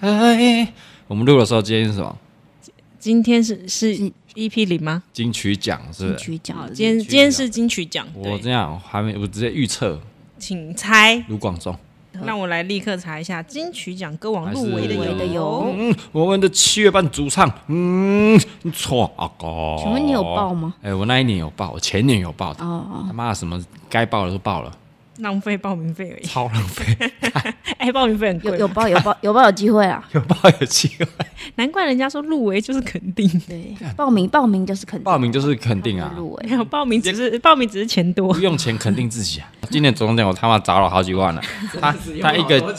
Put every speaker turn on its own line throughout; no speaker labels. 哎、我们录的时候今天是什么？
今天是是
是
EP 零吗？
金曲奖是
金
不是？
曲奖
好，
的
今
金
天
曲奖
今天是金曲奖，
啊我这
对，
样还没，我直接预测
请猜，
卢广仲。
让我来立刻查一下金曲奖歌王
还
入围
是入围
的
的
有
有。
嗯，我们的七月半主唱，嗯，错啊哥。
请问你有报？吗？
哎、我那一年有报，我前年有报的。
哦哦，
他妈的，什么该报的都报了，
浪费报名费而已，
超浪费，
哎，报名费很
有
贵
有
吧，
报有报有报有机会 啊啦。
有报有机会。
难怪人家说入围就是肯定，
对，报名报名就是肯定
报名就是肯定啊
会，入
没
围。
有报名只
嗯
是报名只是钱多
不，用钱肯定自己啊。今年总奖我他妈砸了好几万了， 他他一个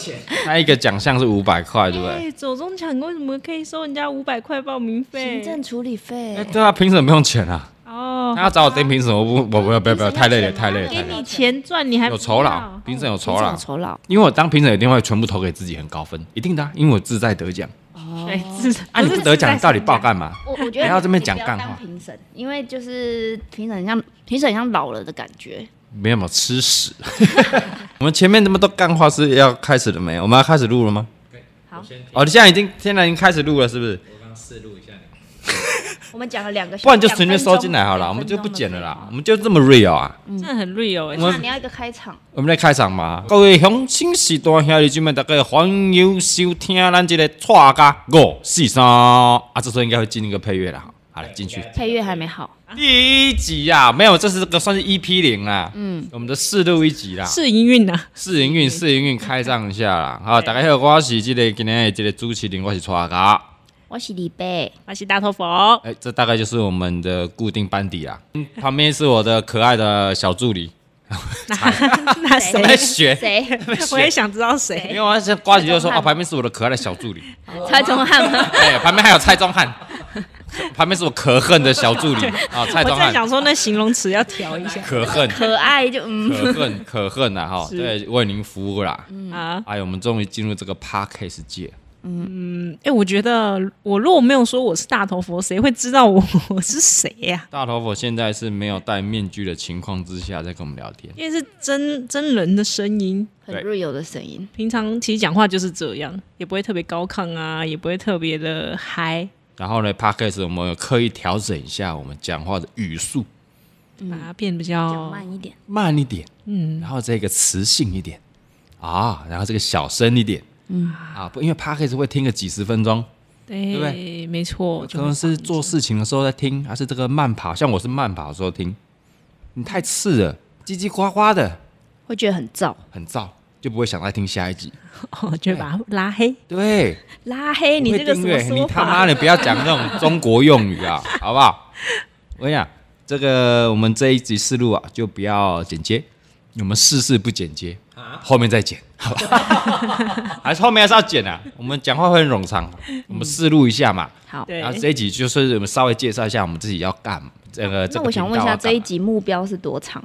他一个奖项是五百块，对不对？
哎，走中奖为什么可以收人家五百块报名费
行？政处理费
哎，，对啊，凭什么不用钱啊？
哦
他，要找我盯凭什么不？我不要不要不要，太累了太累了太
给
累了，
你钱赚，你还
有
不
酬劳
要，
哦
评审有酬
行政
劳啊
有，酬劳
因为我当评审一定会全部投给自己，很高分，一定的啊，因为我志在得奖。
对，哎是
啊，你不得奖，你到底报
告？
干嘛？
我我
不
觉得
要这边
你
讲
不要
干
当
话
评审，因为就是评审很像评审很像老了的感觉。
没有嘛，吃屎！我们前面那么多干话是要开始了没？我们要开始录了吗？
好，
哦，你现在已经现在已经开始录了，是不是？
我们讲了两个小时，
不然就随便收进来好了，我
两
们
分
就
钟
不剪了
两
啦，
分
我们就这么 real 啊！
嗯
真的很 real
我
哎、
钟的废话。那
们
你要一个开场，
我们来开场嘛，各位乡亲是大兄弟姐妹，大家欢迎收听咱这个《蔡家五四三》啊，这时候应该会进一个配乐啦。好了，进去。
配乐还没好，
第一集啊，没有，这是个算是 EP 零啦，嗯，我们的试录一集啦，
试营运啊呐，
试营运试营运开张一下啦。好，大家好，我是这个今天的这个主持人，我是蔡家。
我是李贝，
巴西大头佛，
哎、这大概就是我们的固定班底啦。嗯旁边是我的可爱的小助理，哎
那谁？
在学。
谁？
我也想知道
因
谁。
为我现在瓜子就说哦，
蔡宗翰
旁边是我的可爱的小助理，
蔡宗翰吗？
哎、旁边还有蔡宗翰，旁边是我可恨的小助 理啊，蔡
我
宗
在
翰，
想说，那形容词要调一下
可恨，
可爱就嗯，
可 恨，可恨啊哈，
是
对，为您服务啦。
啊。
哎，我们终于进入这个 podcast 界，
嗯，哎、我觉得我如果没有说我是大头佛，谁会知道我我是谁呀、
大头佛现在是没有戴面具的情况之下在跟我们聊天，
因为是真真人的声音，
很
对
real 的声音。
平常其实讲话就是这样，也不会特别高亢啊，也不会特别的嗨，
然后呢，podcast 我们有刻意调整一下我们讲话的语速，
把它变比
嗯讲
较
慢一点，
慢一点，嗯，然后这个磁性一点啊，然后这个小声一点，嗯啊，不，因为 p o d c a s 会听个几十分钟，
对
对不
没错，
可能 是做事情的时候在听，啊还是这个慢跑，像我是慢跑的时候听，你太刺了，叽叽呱呱的，
会觉得很燥，
很燥，就不会想再听下一集。
哦，就会把它拉黑，
对，
拉黑，哎你
不会
这个什
订
么
阅你
说
他
法啊
妈？的不要讲那种中国用语啊，好不好？ 我跟你讲，这个我们这一集试录啊，就不要剪接，我们事事不剪接，
啊
后面再剪，好吧？ 还是后面还是要剪啊？我们讲话会很冗长，我们试录一下嘛。
好。
对
然后这一集就是我们稍微介绍一下我们自己要干嘛这个。这
那
个
我想问一
频道
下，
要
这
干嘛
一集目标是多长？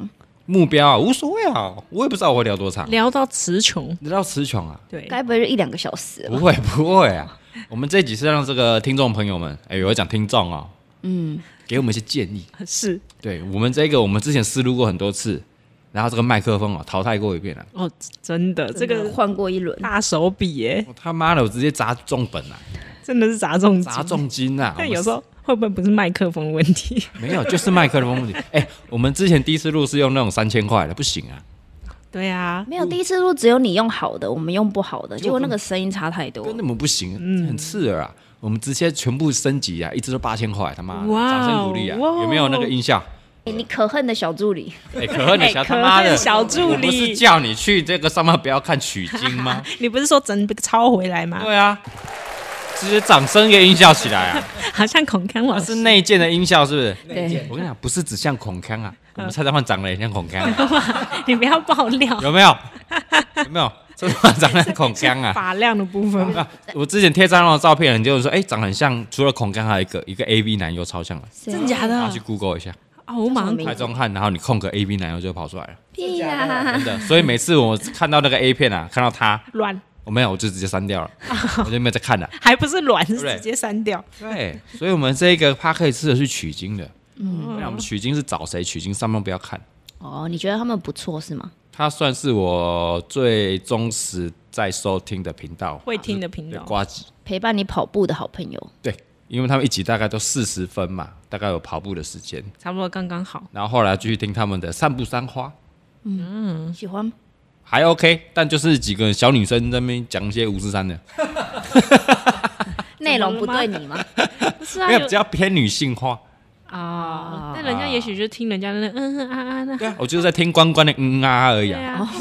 目标啊，无所谓啊，我也不知道我会聊多长，
聊到词穷，
聊到词穷啊。
对，
该不会就一两个小时吧？
不会不会啊，我们这一集是让这个听众朋友们，哎、我要讲听众哦，嗯，给我们一些建议。
是
对我们这个，我们之前试录过很多次，然后这个麦克风哦淘汰过一遍了、
哦，真的，这
真的
个
换过一轮，
大手笔耶，
我他妈的，我直接砸重本啊，
真的是砸中
砸。重金啊！
但
我
有时候会不会不是麦克风问题？
没有，就是麦克风 问题。哎、我们之前第一次录是用那种三千块的，不行啊，
对啊，
没有第一次录，只有你用好的，我们用不好的，
结
结
果
果那个声音差太多
根。哦本不行，
嗯
很刺耳啊。我们直接全部升级啊，一直都八千块，他妈的，
哇哦
掌声鼓励啊！
哇哦
有没有那个音 效？
哎你可恨的小助理，
哎、可恨你
哎
小他
可
妈
恨
的
小助
我不是
理
叫你去这个上班不要看取经 吗？
你不是说整个抄回来吗？
对啊，直接掌声给音效起来 啊！
好像孔康老
那是
师，
内建的音效是不是？
对，
我跟你讲，不是只像孔锵啊，
嗯
我们蔡彰焕长得也像孔锵、啊，
你不要爆料
有没有？有没有？蔡彰焕长得像孔锵啊？
发量的部分吧。
啊 我之前贴张亮的照片，很多人说，哎、长得很像，除了孔锵，还有一个一个 A V 男优超像的，
真
假的啊
然后去 Google 一下，
哦，我马上
叫什么名字
蔡宗翰，然后你空格 A V 男优就跑出来了，
屁呀！
真的。 所以每次我看到那个 A 片啊，看到他，
软，
我没有，我就直接删 掉了，我就没有再看了。
还不是软，是
不对啊
直接删掉。
对，所以我们这个 p a r k 是去取经的，嗯，那我们取经是找谁？取经上班不要看，
哦，你觉得他们不错是吗？
他算是我最忠实在收听的频道，
会听的频道
对瓜子，
陪伴你跑步的好朋友，
对，因为他们一集大概都四十分嘛，大概有跑步的时间。
差不多刚刚好。
然后后来继续听他们的散步三花，
喜欢吗
还 OK，但就是几个小女生在那边讲一些五四三的，
内容不对你吗？
不是啊，
没有
有
比较偏女性化。
啊，但人家也许就听人家的那嗯哼啊啊那，
对啊，我就是在听关关的嗯啊啊而已
对
啊。
啊，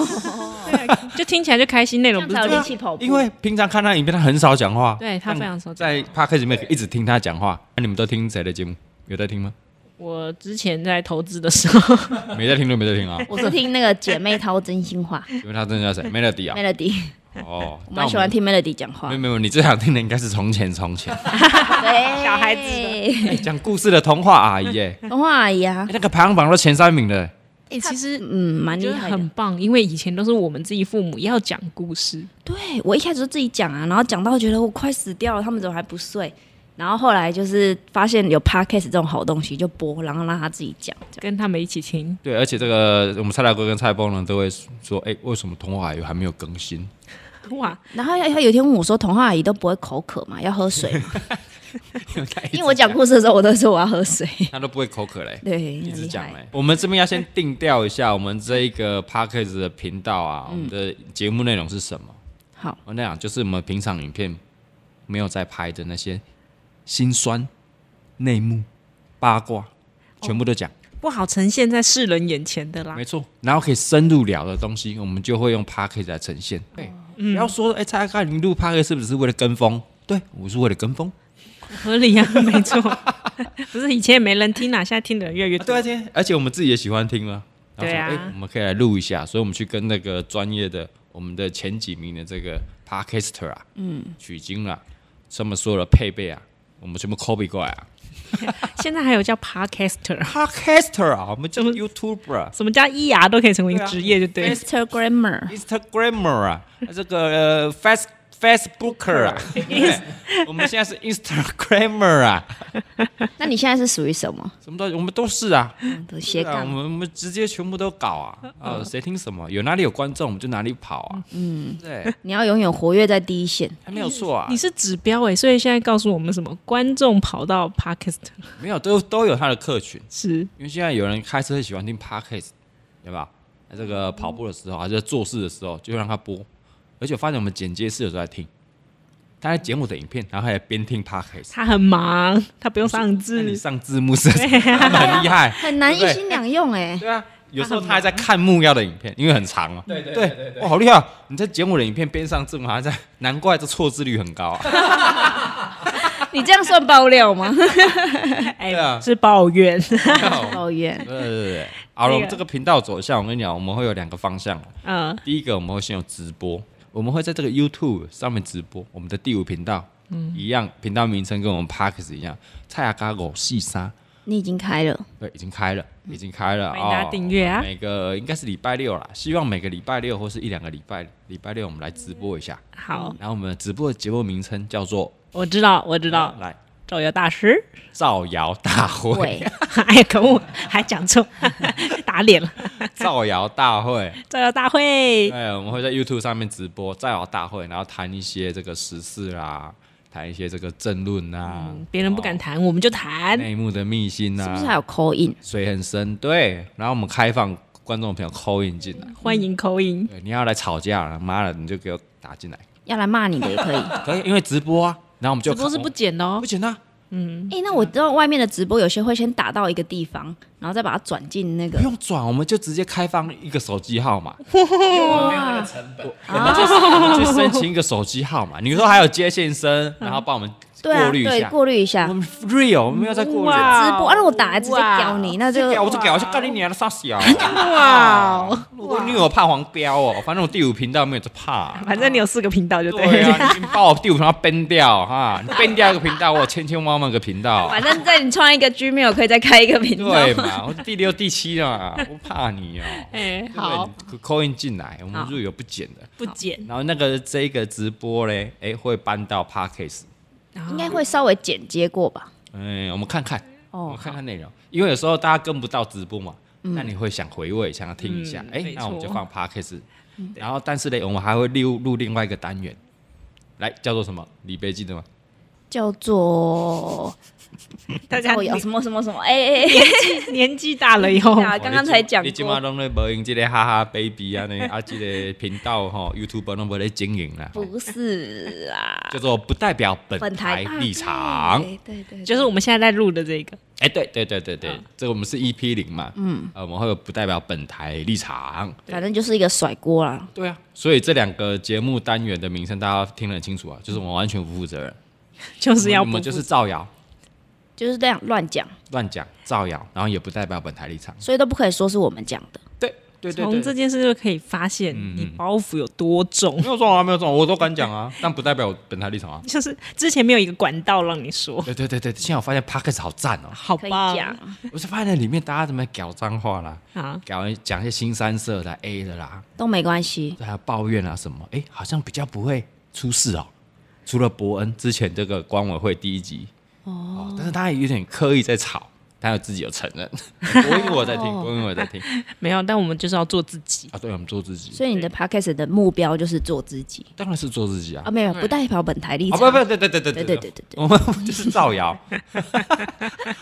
对啊，就听起来就开心，内容不
哦这
是
样才有
重
力气跑步。
因为平常看他的影片，他很少讲话。
啊对他非常少讲话
在 p a r k 里面一直听他讲话。那、你们都听谁的节目？有在听吗？
我之前在投资的时候，
没在听就没在听啊，
我是听那个姐妹掏真 心话
因为他真的叫谁？Melody 啊。
Melody，
哦，
我蛮喜欢
听。
听 Melody 讲话
没有，没有，你最想听的应该是从前从前
对
小孩子
子
哎讲故事的童话阿姨耶、
的话阿姨啊
哎，那个排行榜都前三名的、
哎，其实
嗯，蛮
我
厉
觉得
害的
很。棒，因为以前都是我们自己父母要讲故事，
对我一开始就自己讲啊，然后讲到觉得我快死掉了，他们怎么还不睡？然后后来就是发现有 podcast 这种好东西，就播，然后让他自己讲。这样
跟他们一起听，
对，而且这个我们蔡大哥跟蔡峰呢都会说，哎、为什么童话阿姨还没有更新？
哇，
然后他有一天问我说：“童话阿姨都不会口渴嘛，要喝水嘛 因为我讲故事的时候，我都说我要喝 水。
他都不会口渴嘞、
对，
一
很
直
厉
讲
害
哎、。我们这边要先定调一下，我们这一个 p a c k a g e 的频道啊，我们的节目内容是什么？
嗯好，
我那样就是我们平常影片没有在拍的那些辛酸、内幕、八卦，
哦
全部都讲。
不好呈现在世人眼前的啦
没。错，然后可以深入聊的东西，我们就会用 p a c k a g e 来呈现。
哦
对，不要说哎，蔡阿你录 p a c k a g e 是不是为了跟风？对，我是为了跟风。
合理啊， 没错。不是以前也没人听啊，现在听的人越来越
对
多。
啊，今天而且我们自己也喜欢听嘛。然后说
对啊
哎，我们可以来录一下，所以我们去跟那个专业的我们的前几名的这个 podcaster 啊，嗯，取经啊，他们所有的配备啊，我们全部 copy 过来啊。
现在还有叫 podcaster，啊
podcaster 啊，我们叫 YouTuber、啊
什么加 ER 都可以成为一个
对啊
职业，就对了。
欸 Instagrammer，
Instagramer 啊，这个呃 Face Facebooker 啊，对不对我们现在是 Instagramer 啊，
那你现在是属于什么？
什么东西我们都是啊，
的
对
斜
啊，我
杠
们我们直接全部都搞啊，啊，谁听什么，有哪里有观众我们就哪里跑啊，嗯，对，
你要永远活跃在第一线。
还没有错啊
你，是指标哎、所以现在告诉我们什么？观众跑到 podcast
没有都都有他的客群，
是
因为现在有人开车喜欢听 podcast，对吧？这个跑步的时候，还是在做事的时候，就让他播。而且我发现我们剪接师有时候在听，他在剪我的影片，然后还在边听 podcast。
他很忙，他不用上
那你
字，
上字幕是他们很厉害，
很难一
对不对
心两用 哎、
对啊，有时候他还在看木曜的影片，因为很长嘛。对对对对，哇，好厉害哦！你在剪我的影片边上字幕，还在，难怪这错字率很高啊。
你这样算爆料吗？
哎、
对啊
是抱怨。
抱怨
对对对对，好了，我
那
们
个
这个频道走向，我跟你讲，我们会有两个方向。
嗯、
第一个我们会先有直播，我们会在这个 YouTube 上面直播，我们的第五频道，嗯一样，频道名称跟我们 Parks 一样，蔡阿嘎狗细沙，
你已经开了，
对，已经开了，已经开了
嗯欢迎大
啊！
家订阅啊
每个应该是礼拜六啦，希望每个礼拜六或是一两个礼拜礼拜六我们来直播一下，
好，
然后我们直播的节目名称叫做
我知道，我知道，
来
造谣大师。
造谣大会，
喂，
哎，可恶，还讲错， 打脸了。
造谣大会。
造谣大会，
对，我们会在 YouTube 上面直播造谣大会，然后谈一些这个时事啦，谈一些这个政论啊，
别人不敢谈，我们就谈。
内幕的秘辛啊，
是不是还有 call in？
水很深？对，然后我们开放观众朋友扣印进来，
欢迎口音，
对，你要来吵架了，妈的，你就给我打进来，
要来骂你的也可以。
可以，因为直播啊，然后我们就
直播是不剪的
我
哦
不。剪啊，
哎、那我
嗯
知道外面的直播有些会先打到一个地方，然后再把它转进那
不
个。
用转，我们就直接开放一个手机 号码，
啊，
我们去申请一个手机号码，你说还有接线生，然后帮我们
对啊，
过滤一
对，
下，
过滤一下
我
直
们 real，我们没有在过滤。
哇
播。啊，那我打来直接
哇
屌你，那就
屌我就屌，我就干你娘的傻小！哇！我你有怕黄标哦，反正我第五频道没有在怕、
反正你有四个频道就对
对
了。
啊，你把我第五频道 ban 掉哈，你 ban 掉一个频道，我有千千万万个频 道，
反正在你创一个 Gmail 可以再开一个频道。
对嘛？我第六、第七嘛，我怕你哦。
哎，
对不对
好，，
你扣印进来，我们
好
入有不剪的。
不剪，
然后那个这个直播嘞，哎，会搬到 Parkes，
应该会稍微剪接过吧？
哎，我们看看，我们
哦，
看看内容，因为有时候大家跟不到直播嘛，那你会想回味，想要听一下，
嗯
哎
没，
那我们就
错
放 Parkes 然后，但是呢，我们还会录录另外一个单元，来叫做什么？李贝记得吗？
叫 做
大家
哦，有什么什么什么，哎哎哎，
年纪大了以后，
啊刚刚才讲
哦你今嘛
过，
拢咧无用这个哈哈 baby 啊呢，啊这个频道吼 YouTube 拢无咧经营啦，
不是啦，
叫做不代表本
本
台
台
立场。，
啊对对对，
就是我们现在在录的这个，
哎，对对对对
嗯
对，这个我们是 EP 零嘛，嗯，呃，我们会有不代表本台立场。
反正就是一个甩锅啦，
对啊，所以这两个节目单元的名称大家听得很清楚啊，就是我们完全不负责任，
就是要
我
不
们就是造谣、
就是这样乱讲，
乱讲、造谣，然后也不代表本台立场。
所以都不可以说是我们讲的。
对对嗯对
从这
对，
件事就可以发现你包袱有多重，
没有撞啊，没有撞，我都敢讲啊，但不代表本台立场啊。
就是之前没有一个管道让你说，
对对对对，现在我发现 p o d c a s 好赞哦，
好
可以
棒
讲，
我是发现里面大家怎么搞脏话啦，
啊！
搞讲一些新三色的 A 的啦，
都没关系，
还有抱怨啊什么，哎，好像比较不会出事哦。除了伯恩之前这个管委会第一集哦，但是他也有点刻意在吵，他有自己有承 认。我因为我在听，
哦
我因为我在听
没有，但我们就是要做自己，
啊，对，我们做自己，
所以你的 podcast 的目标就是做自己
当然是做自己啊
啊，。没有不代表本台立
啊
场，
不不，对对对对对
对对对对对，
我们就是造 谣，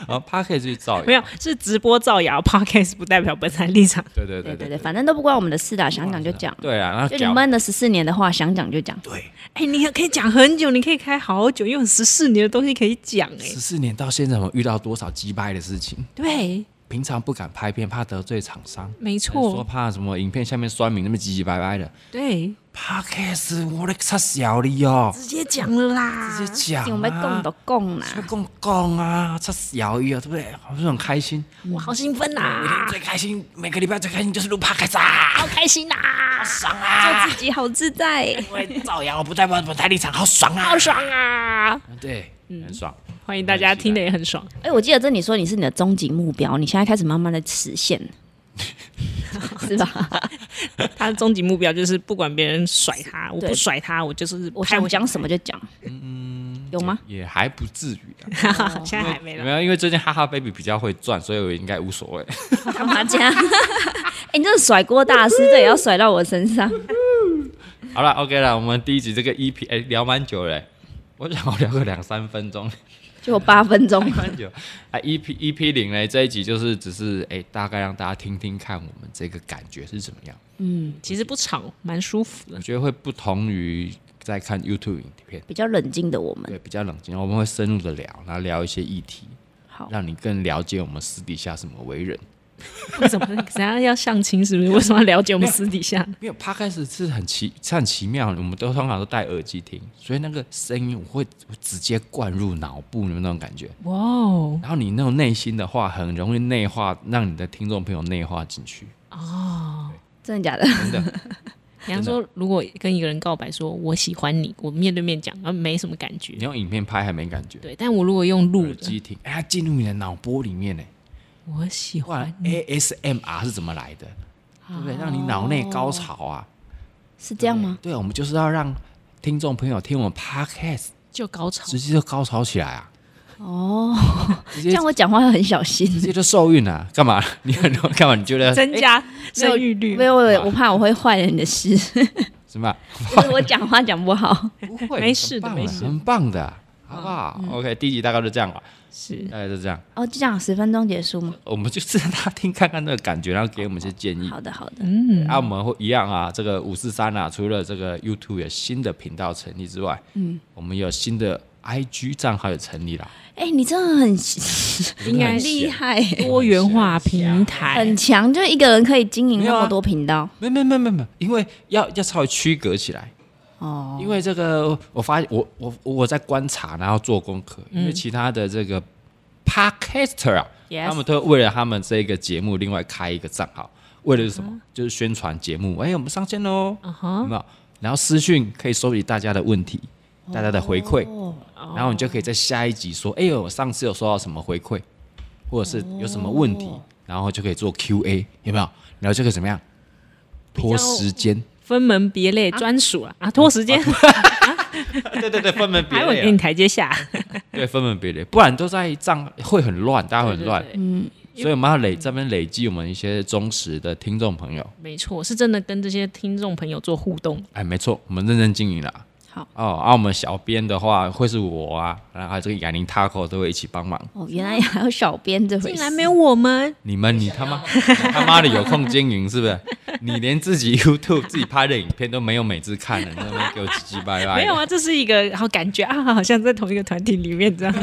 啊 p a r k 就是造谣，
没有是直播造谣，podcast 不代表本台立场，
对对对
对对
对
对，反正都不关我们的事啦，想讲就讲，
对啊，然后
就你
搞
闷了十四年的话，想讲就讲，
对
哎、你也可以讲很久，你可以开好久，因为有十四年的东西可以讲、
十
哎，
四年到现在，我们遇到多少击败的事情？
对，
平常不敢拍片，怕得罪厂商，
没
说
错，
怕什么影片下面酸民那么唧唧歪歪的。
对，
Podcast 我的擦小你哦，
直接讲了啦，
直接讲
我们共
啊，
都共啦，
讲讲啊，擦小你哦，对不对？好像很开心，
我好兴奋啊
每
呐、
天最开心，每个礼拜最开心就是录 Podcast 啊，
好开心呐，
爽啊！
做自己好自在，
因为造谣不代表本台立场，好爽啊！好爽！
啊！
对，很爽。
欢迎大家听的也很爽，
哎，我记得这你说你是你的终极目标，你现在开始慢慢的实 现了，是吧？
他的终极目标就是不管别人甩他，我
对
不甩他，我就是
我
拍
想
我
讲什么就讲，有吗？
也还不至于 啊，
么，现在还没
没
了，
有，因为最近哈哈 baby 比较会赚，所以我应该无所谓。
干嘛这样？ 哎、你这个甩锅大师，这也要甩到我身上。
好了，OK 了，我们第一集这个 EP 哎、聊蛮久嘞、我想我聊个两三分钟，
就八分 钟，
蛮久。啊，EP EP 零嘞这一集就是只是哎、大概让大家听听看我们这个感觉是怎么样，
其实不吵，蛮舒服
我
的，
觉得会不同于在看 YouTube 影片，
比较冷静的我们，
对，比较冷静，我们会深入的聊，然后聊一些议题，
好，
让你更了解我们私底下什么为人。
为什么？等下要相亲是不是？为什么要了解我们私底下？
没有 p 开始是很奇，是很奇妙的。我们都通常都戴耳机听，所以那个声音我会我直接灌入脑部，你们那种感觉。
哇哦，
然后你那种内心的话，很容易内化，让你的听众朋友内化进去。
真的假的？
真 的，
比方说，如果跟一个人告白说我喜欢你，我面对面讲，啊，没什么感觉
你，用影片拍还没感觉，
对，但我如果用录
耳
的，
机听，哎，它进入你的脑波里面呢。哎
我喜
不然
欢
ASMR 是怎么来的？
啊
对不对？让你脑内高潮啊！
是这样吗？
对，啊我们就是要让听众朋友听我们 Podcast，
就高潮
直，接就高潮起来啊！
哦，
直
这
接
样我讲话要很小心。
直接就受孕啊？干嘛？ 你很多干嘛？你觉得
增加生育率
哎没。有，我我怕我会坏了你 的事，
什么？
就是我讲话讲不好。
不会，
没事的
很棒
没事
很棒的，好不好？OK，第一集大概就这样了，
是
大概就这样。
哦，就这样十分钟结束吗？
我们就是让他听看看那个感觉，然后给我们一些建
嗯
议。
好的，好的，
对啊，我们会一样啊，这个五四三啊，除了这个 YouTube 有新的频道成立之外，嗯，我们有新的 IG 账号也成立了，
哎、你真的很
应该
很
厉
闲。
害，
多元化平台
很，强，就一个人可以经营
没
那
有啊
么多频道。
没没没没没，因为要要稍微区隔起来。
哦，
因为这个，我发现我我我在观察，然后做功课，因为其他的这个 podcaster 啊
Yes
他们都为了他们这个节目另外开一个账号，为的是什么？就是宣传节目，哎，我们上线喽，
嗯
有
哼，
没有？然后私讯可以收集大家的问题，大家的回馈，
哦，
然后你就可以在下一集说，哎呦，我上次有收到什么回馈，或者是有什么问题，然后就可以做 Q&A，有没有？然后就可以怎么样？拖时间，
分门别类专属啊啊，拖时间，
对对对，分门别
还会
类啊
给你。台阶下，
对，分门别类，不然都在账会很乱，大家会很乱。
嗯，
所以我们要累这边累积我们一些忠实的听众朋友。
没错，是真的跟这些听众朋友做互动。
哎，没错，我们认真经营啦。
好
哦，啊，我们小编的话会是我啊，然后还有这个雅宁 Taco 都会一起帮忙。
哦，原来还有小编这回
竟
事，
然没有我们，
你们，你他妈你 他妈的有空经营是不是？你连自己 YouTube 自己拍的影片都没有每次看了，你在那边给我唧唧歪歪。
没有啊，这是一个好感觉啊，好像在同一个团体里 面这样。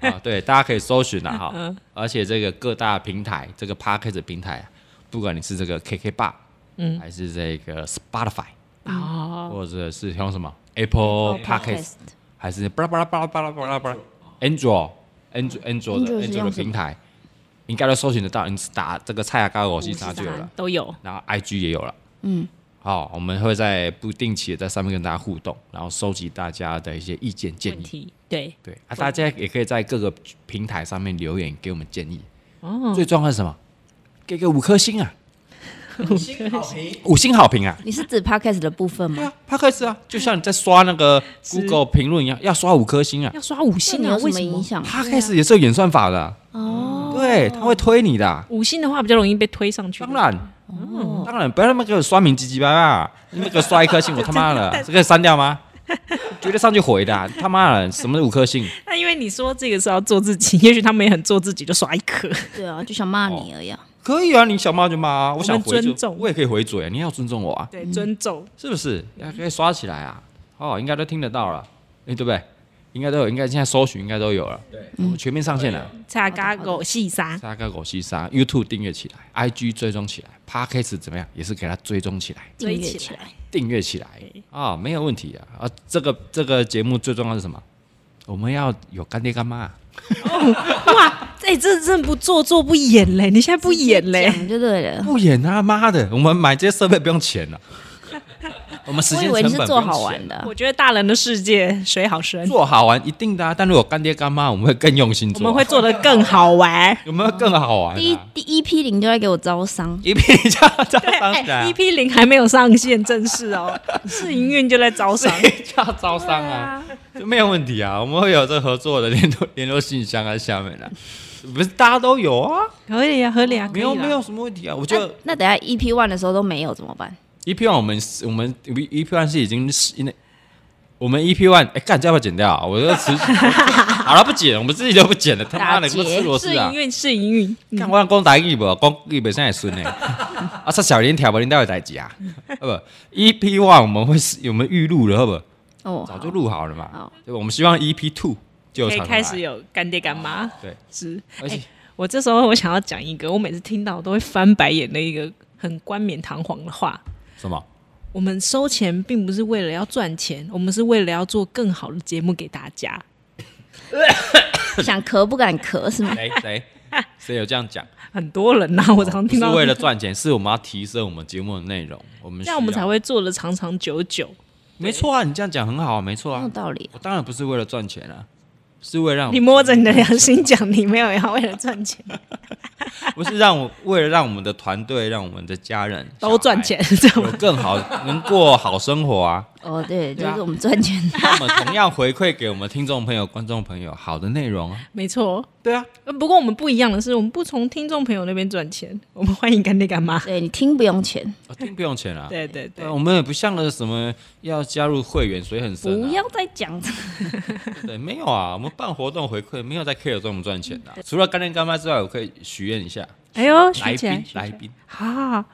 啊，对，大家可以搜寻的哈。而且这个各大平台，这个 p a c k a g e 平台啊，不管你是这个 KK Bar，嗯，还是这个 Spotify，
哦，
或者是用什么 Apple p a c k a g e 还是巴拉巴拉巴拉巴拉巴拉巴拉 Android Android Android 的
Android 是
Android 的
用什么
平台，应该都搜寻得到。你打这个蔡雅高我西查就有了，
都有。
然后 IG 也有了。嗯，好，我们会在不定期的在上面跟大家互动，然后收集大家的一些意见建
问
议。
题对
对啊，大家也可以在各个平台上面留言给我们建议。
哦，
最重要的是什么？给个五颗星啊！五星好评，五星好评啊！
你是指 podcast 的部分
对
吗？
啊 p a 斯啊，就像你在刷那个 Google 评论一样，要刷五颗星啊
要刷五星
你
啊？
有
为
什
什
么
么
影？响？
p a 斯也是有演算法的哦，对，他会推你的啊。
五星的话比较容易被推上 去。
当然，
哦
当然，不要他妈给我刷名唧唧巴巴，那个刷一颗星，我他妈 的，这个删掉吗？绝对上去回的啊，他妈的，什么五颗星？
那因为你说这个是要做自己，也许他们也很做自己，就刷一颗。
对啊，就想骂你而已
哦
啊。
可以啊，你想骂就骂啊，我想
们
回
尊
就
重
我也可以回嘴啊，你要尊重我啊，
对，尊重。
是不是？要可以刷起来啊，哦，应该都听得到了，哎、对不对？应该都有，应该现在搜寻应该都有了，对，我们全面上线了。
恰嘎狗细沙，
沙哥狗西沙，YouTube 订阅起来，IG 追踪起来，Podcast 怎么样？也是给它追踪起来，
订阅
追
起
来。
订阅起来啊、没有问题啊。啊，这个这个节目最重要的是什么？我们要有干爹干妈啊，
哇，哎、这真的不做作不演嘞！你现在不演嘞？
讲就对了。
不演啊，妈的，我们买这些设备不用钱 了、我们时
我
间
以
成
为
本
你
不
是
用
做好
钱
玩的啊，
我觉得大人的世界水好深，
做好玩一定的、啊，但如果干爹干妈，我们会更用心
我
做，啊
们会做的更好玩。
有没有更好玩、啊？
第一第一批零就在给我招商，
一批就要招商
哎
起来啊，
，EP 零还没有上线正 式哦，试营运就在招商。
就要招商啊，就没有问题啊。我们会有这合作的联络联络信箱在下面的、啊不是大家都有啊，
合理啊，合理啊，
没有
可以啦
没有什么问题啊。我觉
那
得
哎那等下 EP one 的时候都没有怎么办？
EP E one 我们是我们 EP one 是已经是因为我们 EP one 哎，干这要不要剪掉啊？我要辞， 好了不剪，我们自己都不剪了，他妈的
打
你
结
们吃螺丝
试
啊
营！运，试营运。
看我讲台语无，讲日本现在 顺呢。啊，说小林条无，恁到底代志啊？啊不，EP one 我们会是我们预录了，好不好？
哦，
早就录好了嘛
好。
对吧？我们希望 EP two 就
可以
常
开始有干爹干妈，
啊对，
是。
而且、
我这时候我想要讲一个，我每次听到都会翻白眼的一个很冠冕堂皇的话：
什么？
我们收钱并不是为了要赚钱，我们是为了要做更好的节目给大家。
好想咳不敢咳是吗？
谁 谁谁有这样讲？
很多人呐、哎我常
哦不
听
是
到，
为了赚钱，是我们要提升我们节目的内容，我们
这
需
样
要
我们才会做的长长久久。
没错啊。你这样讲很好啊，没错
哦
很有
啊。
道理。
我当然不是为了赚钱啊，是为了让
你摸着你的良心讲，你没有要为了赚钱
不是让我 为了让我们的团队，让我们的家人
都赚，钱，知
小孩
道吗
有？更好 能过好生活啊。
哦，对，
对
这
啊
是我们赚钱的。
那我们同样回馈给我们听众朋友、观众朋友好的内容啊。
没错。
对啊，
呃不过我们不一样的是，我们不从听众朋友那边赚钱， 我们欢迎干爹干妈。
对你听不用钱，
哦听不用钱啊。
对对对
啊，，我们也不像个什么要加入会员，所以很深、啊。
不要再讲这
对，没有啊，我们办活动回馈没有在 care 赚不赚钱的、啊除了干爹干妈之外，我可以许愿一下，
哎呦，学
来
起来
宾，来宾，
啊！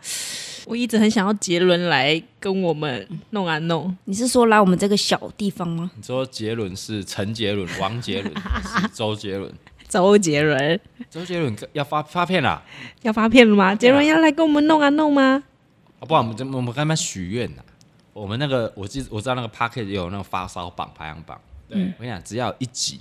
我一直很想要杰伦来跟我们弄啊弄，
你是说来我们这个小地方吗？
你说杰伦是陈杰伦、王杰 伦、是周杰伦，
周杰伦
周杰伦要发发片啊啦、
要发片了吗？杰伦要来跟我们弄啊弄吗？
啊，不然我们
嗯
怎么我们干嘛许愿呐？啊我们那个我记我知道那个 Pocket 也有那个发烧榜排行榜，对、我跟你讲，只要有一集，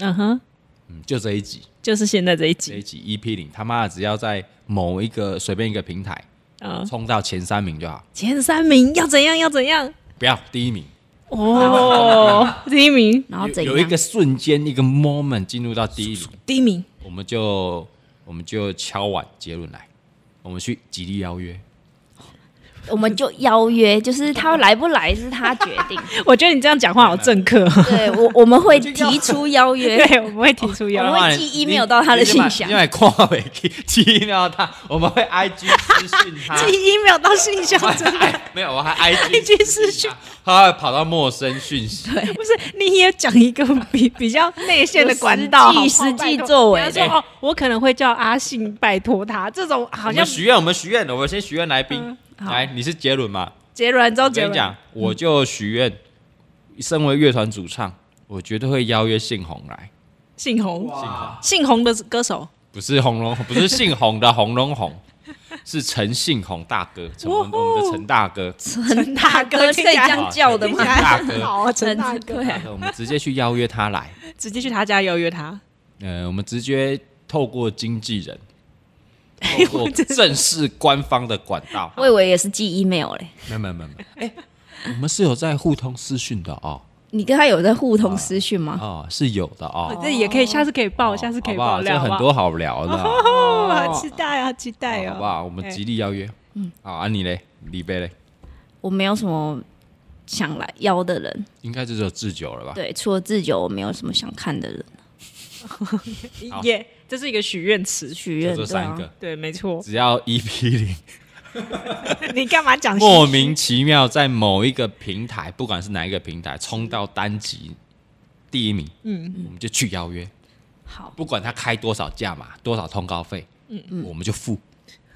嗯哼，
嗯，就这一集，
就是现在这一
这
集
一集 EP 零，他妈的只要在某一个随便一个平台
哦
啊、
冲到前三名就好，
前三名要怎样要怎样
不要第一名。
哦，第一名
然后
有
怎样？
有一个瞬间，一个 moment 进入到第一名，
第一名
我们就我们就敲碗杰伦来，我们去极力邀约，
我们就 邀约，就是他来不来是他决定。
我觉得你这样讲话好政客，哦
对我我们会提出 邀约，
对，我们会提出 要
我
求。
们会寄 email 到他的信箱
因为跨回去寄 email 到他，我们会 IG 私讯他，
寄 email 到信箱
我，还哎
真的
没有，我还 IG 私
IG 私
讯
讯
他，他会跑到陌生讯息，
不是你也讲一个比比较内线的管道，
有实际
好不好
实
拜
际
托
作为
比方说哦，我可能会叫阿信拜托他，这种
我
好
们
像
许愿，我们许愿，我们先许愿来宾，来，你是杰伦嘛？
杰伦周
我
哦杰
跟你
伦
讲，我就许愿，身为乐团主唱，我绝对会邀约信红来，
姓洪，姓洪的歌手，
不是红龙，不是姓红的红龙红，是陈信红大哥，陈我们我们的陈大哥，
陈大
可
哥，
以这样叫的
听
吗
起？来很好啊，
陈
陈大哥，
对
大哥，我们直接去邀约他来，
直接去他家邀约他。
呃，我们直接透过经纪人，透过正式官方的管道，
我以为也是寄 email 嘞。
没有没有没有，哎、我们是有在互通私讯的哦，
你跟他有在互通私讯吗？
哦是有的哦，
这也可以，下次可以报，
哦
下次可
好
以
不好
爆料，
这很多好聊的，
好不好哦，好期待啊，好期待哦，
好不好？我们
哎
极力邀约，嗯，好啊，你嘞，李贝嘞，
我没有什么想来邀的人，
应该就只有志久了吧？
对，除了自酒，我没有什么想看的人
好
哎耶，这是一个许愿池，
许
就
愿。
这
对
三个，
啊，
对，没错。
只要 EP 零
你干嘛讲
莫名其妙在某一个平台，不管是哪一个平台，冲到单集第一名，嗯，我们就去邀约，
好
不管他开多少价码，多少通告费，嗯嗯，我们就付，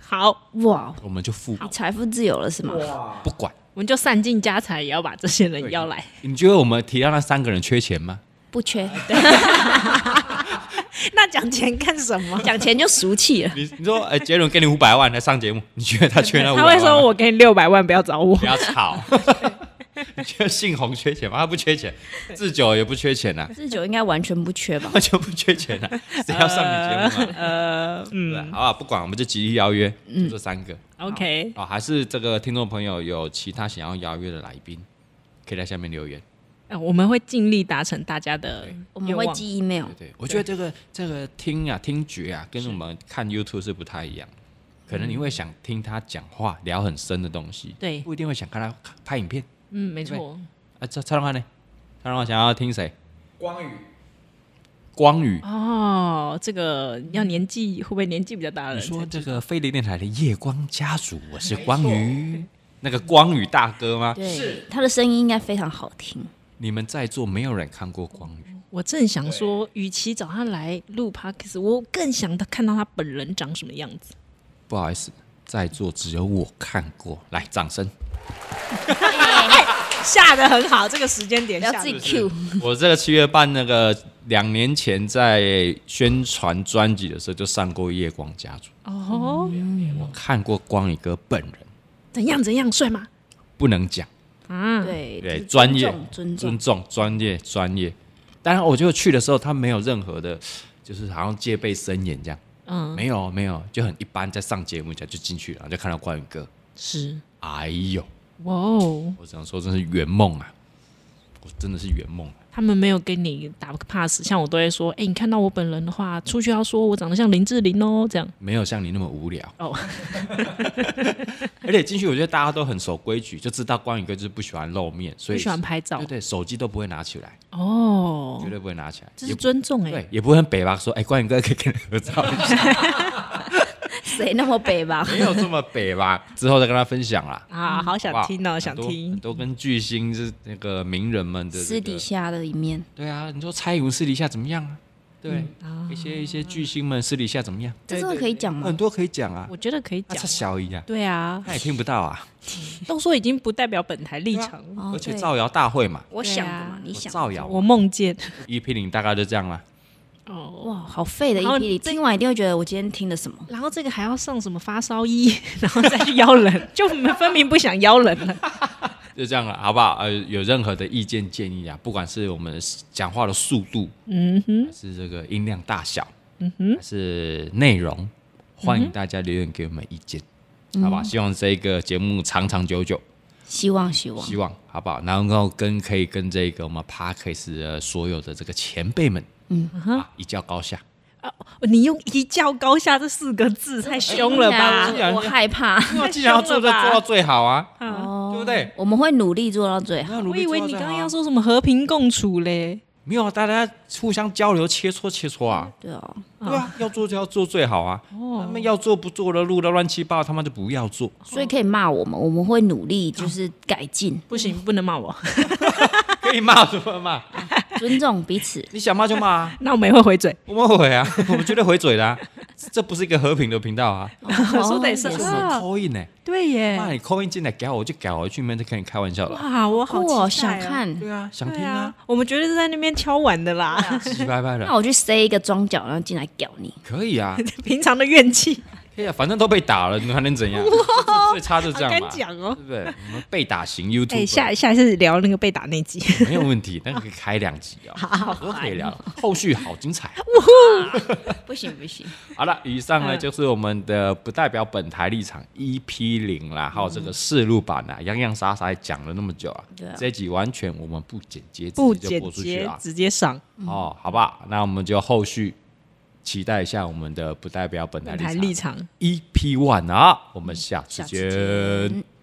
好？
哇，哦
我们就付，
你财富自由了是吗？
不管。
我们就散尽家财也要把这些人
对
邀来。
你觉得我们提到那三个人缺钱吗？
不缺，
那讲钱干什么？
讲钱就俗气 了。
你你说，哎、杰伦给你五百万来上节目， 你觉得他啊缺那五百
他
万
会
吗？
说：“我给你六百万，不要找我
不。要吵。 你觉得姓洪缺钱吗？他不缺钱，志久也不缺钱呐、啊，
自酒应该完全不缺吧？
他就不缺钱呐、啊，谁要上你节目啊？”
呃，
对
嗯
吧好吧，不管，我们就极力邀约，就这三个
，OK，
哦。还是这个听众朋友有其他想要邀约的来宾，可以在下面留言。
呃我们会尽力达成大家的愿望。
我们会寄 email，
对，我觉得这个这个听啊听觉啊，跟我们看 YouTube 是不太一样。可能你会想听他讲话，聊很深的东西，
对
不一定会想看他拍影片。
嗯，没
对
错。
啊，蔡蔡龙汉呢？蔡龙汉想要听谁？
光宇
光宇。
哦，这个要年纪会不会年纪比较大的
你
人才？
说这个飞碟电台的夜光家族，我是光宇，那个光宇大哥吗？
对，他的声音应该非常好听。
你们在座没有人看过光宇，
我正想说，与其找他来录 podcast，我更想他看到他本人长什么样子。
不好意思，在座只有我看过。来，掌声！
下的很好，这个时间点
不要自己 Q，
我这个七月半那个两年前在宣传专辑的时候就上过夜光家族，
哦，
嗯
我看过光宇哥本人，
怎样怎样帅吗？
不能讲。
啊，
对
对，
就是
专业、
尊
尊，
重
重、专业、专业。当然，我就去的时候，他没有任何的，就是好像戒备森严这样，
嗯，
没有没有，就很一般，在上节目这样就进去了，然后就看到关宇哥，
是，
哎呦，
哇哦，
我只能说真是圆梦啊，我真的是圆梦、啊。
他们没有跟你打个 pass，像我都会说，哎、你看到我本人的话，出去要说我长得像林志玲哦，这样。
没有像你那么无聊
哦，
而且进去我觉得大家都很守规矩，就知道关宇哥就是不喜欢露面，所以
不喜欢拍照
对对，手机都不会拿起来，
哦
绝，对不会拿起来，
这
也
是
不
尊重哎、
对，也不会很北吧说，哎，关宇哥可以跟你合照 一下。
谁那么北吧？
没有这么北吧？之后再跟他分享啦。
啊，好
好不
想
好
听哦，
很
想
多
听
很。多跟巨星就是那个名人们的这个
私底下的一面，
对啊，你说蔡依林私底下怎么样啊？对，
嗯
一些一些巨星们私底下怎么样？
这真的可以讲吗
很？多可以讲啊
我，觉得可以
那
讲
蔡，小姨啊，
对啊，
他也听不到啊。
都说已经不代表本台立场，
哦
而且
对啊
造谣大会嘛，
我想的嘛，你
我
想
造谣
我梦见
一批零大概就这样啦。
哦。
哇，好废的一
然后
批里，
这
今晚一定会觉得我今天听了什么。
然后这个还要上什么发烧 衣，然后再去邀人， 就我们分明不想邀人了。
就这样了，好不好？呃，有任何的意见建议啊，不管是我们讲话的速度，
嗯哼，
还是这个音量大小，嗯哼，还是内容，
嗯
欢迎大家留言给我们意见，好吧？希望这个节目长长久久，
希望，希望，
希望好不好？然后跟可以跟这个我们 Parkes 的所有的这个前辈们，嗯、啊，一较高下。
你用“一较高下”这四个字太凶 了吧？
对啊
我害怕。
那既然要做，就做到最好啊，
啊，
哦
对不对？
我们会努力做到最好。
那努
我
力
以
做
为
到
你
最
刚
好啊
刚要说什么和平共处嘞？
没有啊，大家互相交流切磋切磋
嗯
啊，
对哦，
对吧？要做就要做最好啊，他
哦，
们要做不做的，录的乱七八糟，他们就不要 做。
所以可以骂我们，我们会努力就是改进，
不行，不能骂我，
可以骂什么骂？
尊重彼 此。
你想骂就骂 啊，
那我们也会回嘴。
我们会啊，我们绝对回嘴的啊。这不是一个和平的频道 啊，
说得也是
这
哦
是
啊哎
扣印呢，
对
骂
耶，
你扣印进来搞我就搞回去，没在跟你开玩 笑了。
哇，我好
酷哦，
期待
想
哦，
看。
对啊，想
对
听啊
啊，，我们绝对是在那边敲碗的啦，
唧唧歪歪
那
的，
我去塞一个装脚，然后进来屌你。
可以啊，
平常的 怨气，
可以啊，反正都被打了，你还能怎样？最差就
好
这样
敢
嘛，对
讲哦。
不对？我们被打型
哎，
YouTube
下下一次聊那个被打 那集，
没有问题，那个可以开两集 啊，都可以聊，后续好精彩。
不行不行，
好了，以上呢就是我们的不代表本台立场 EP 零啦，还有这个试录版啊，洋洋洒洒也讲了那么久啊
对啊，
这一集完全我们不剪接，
不
直接
简
就播出去
洁
啊，
直接上
哦，好吧，那我们就后续期待一下我们的不代表本台
本台
立
立
场
场。
EP one 啊，我们下次
下次
见。
见。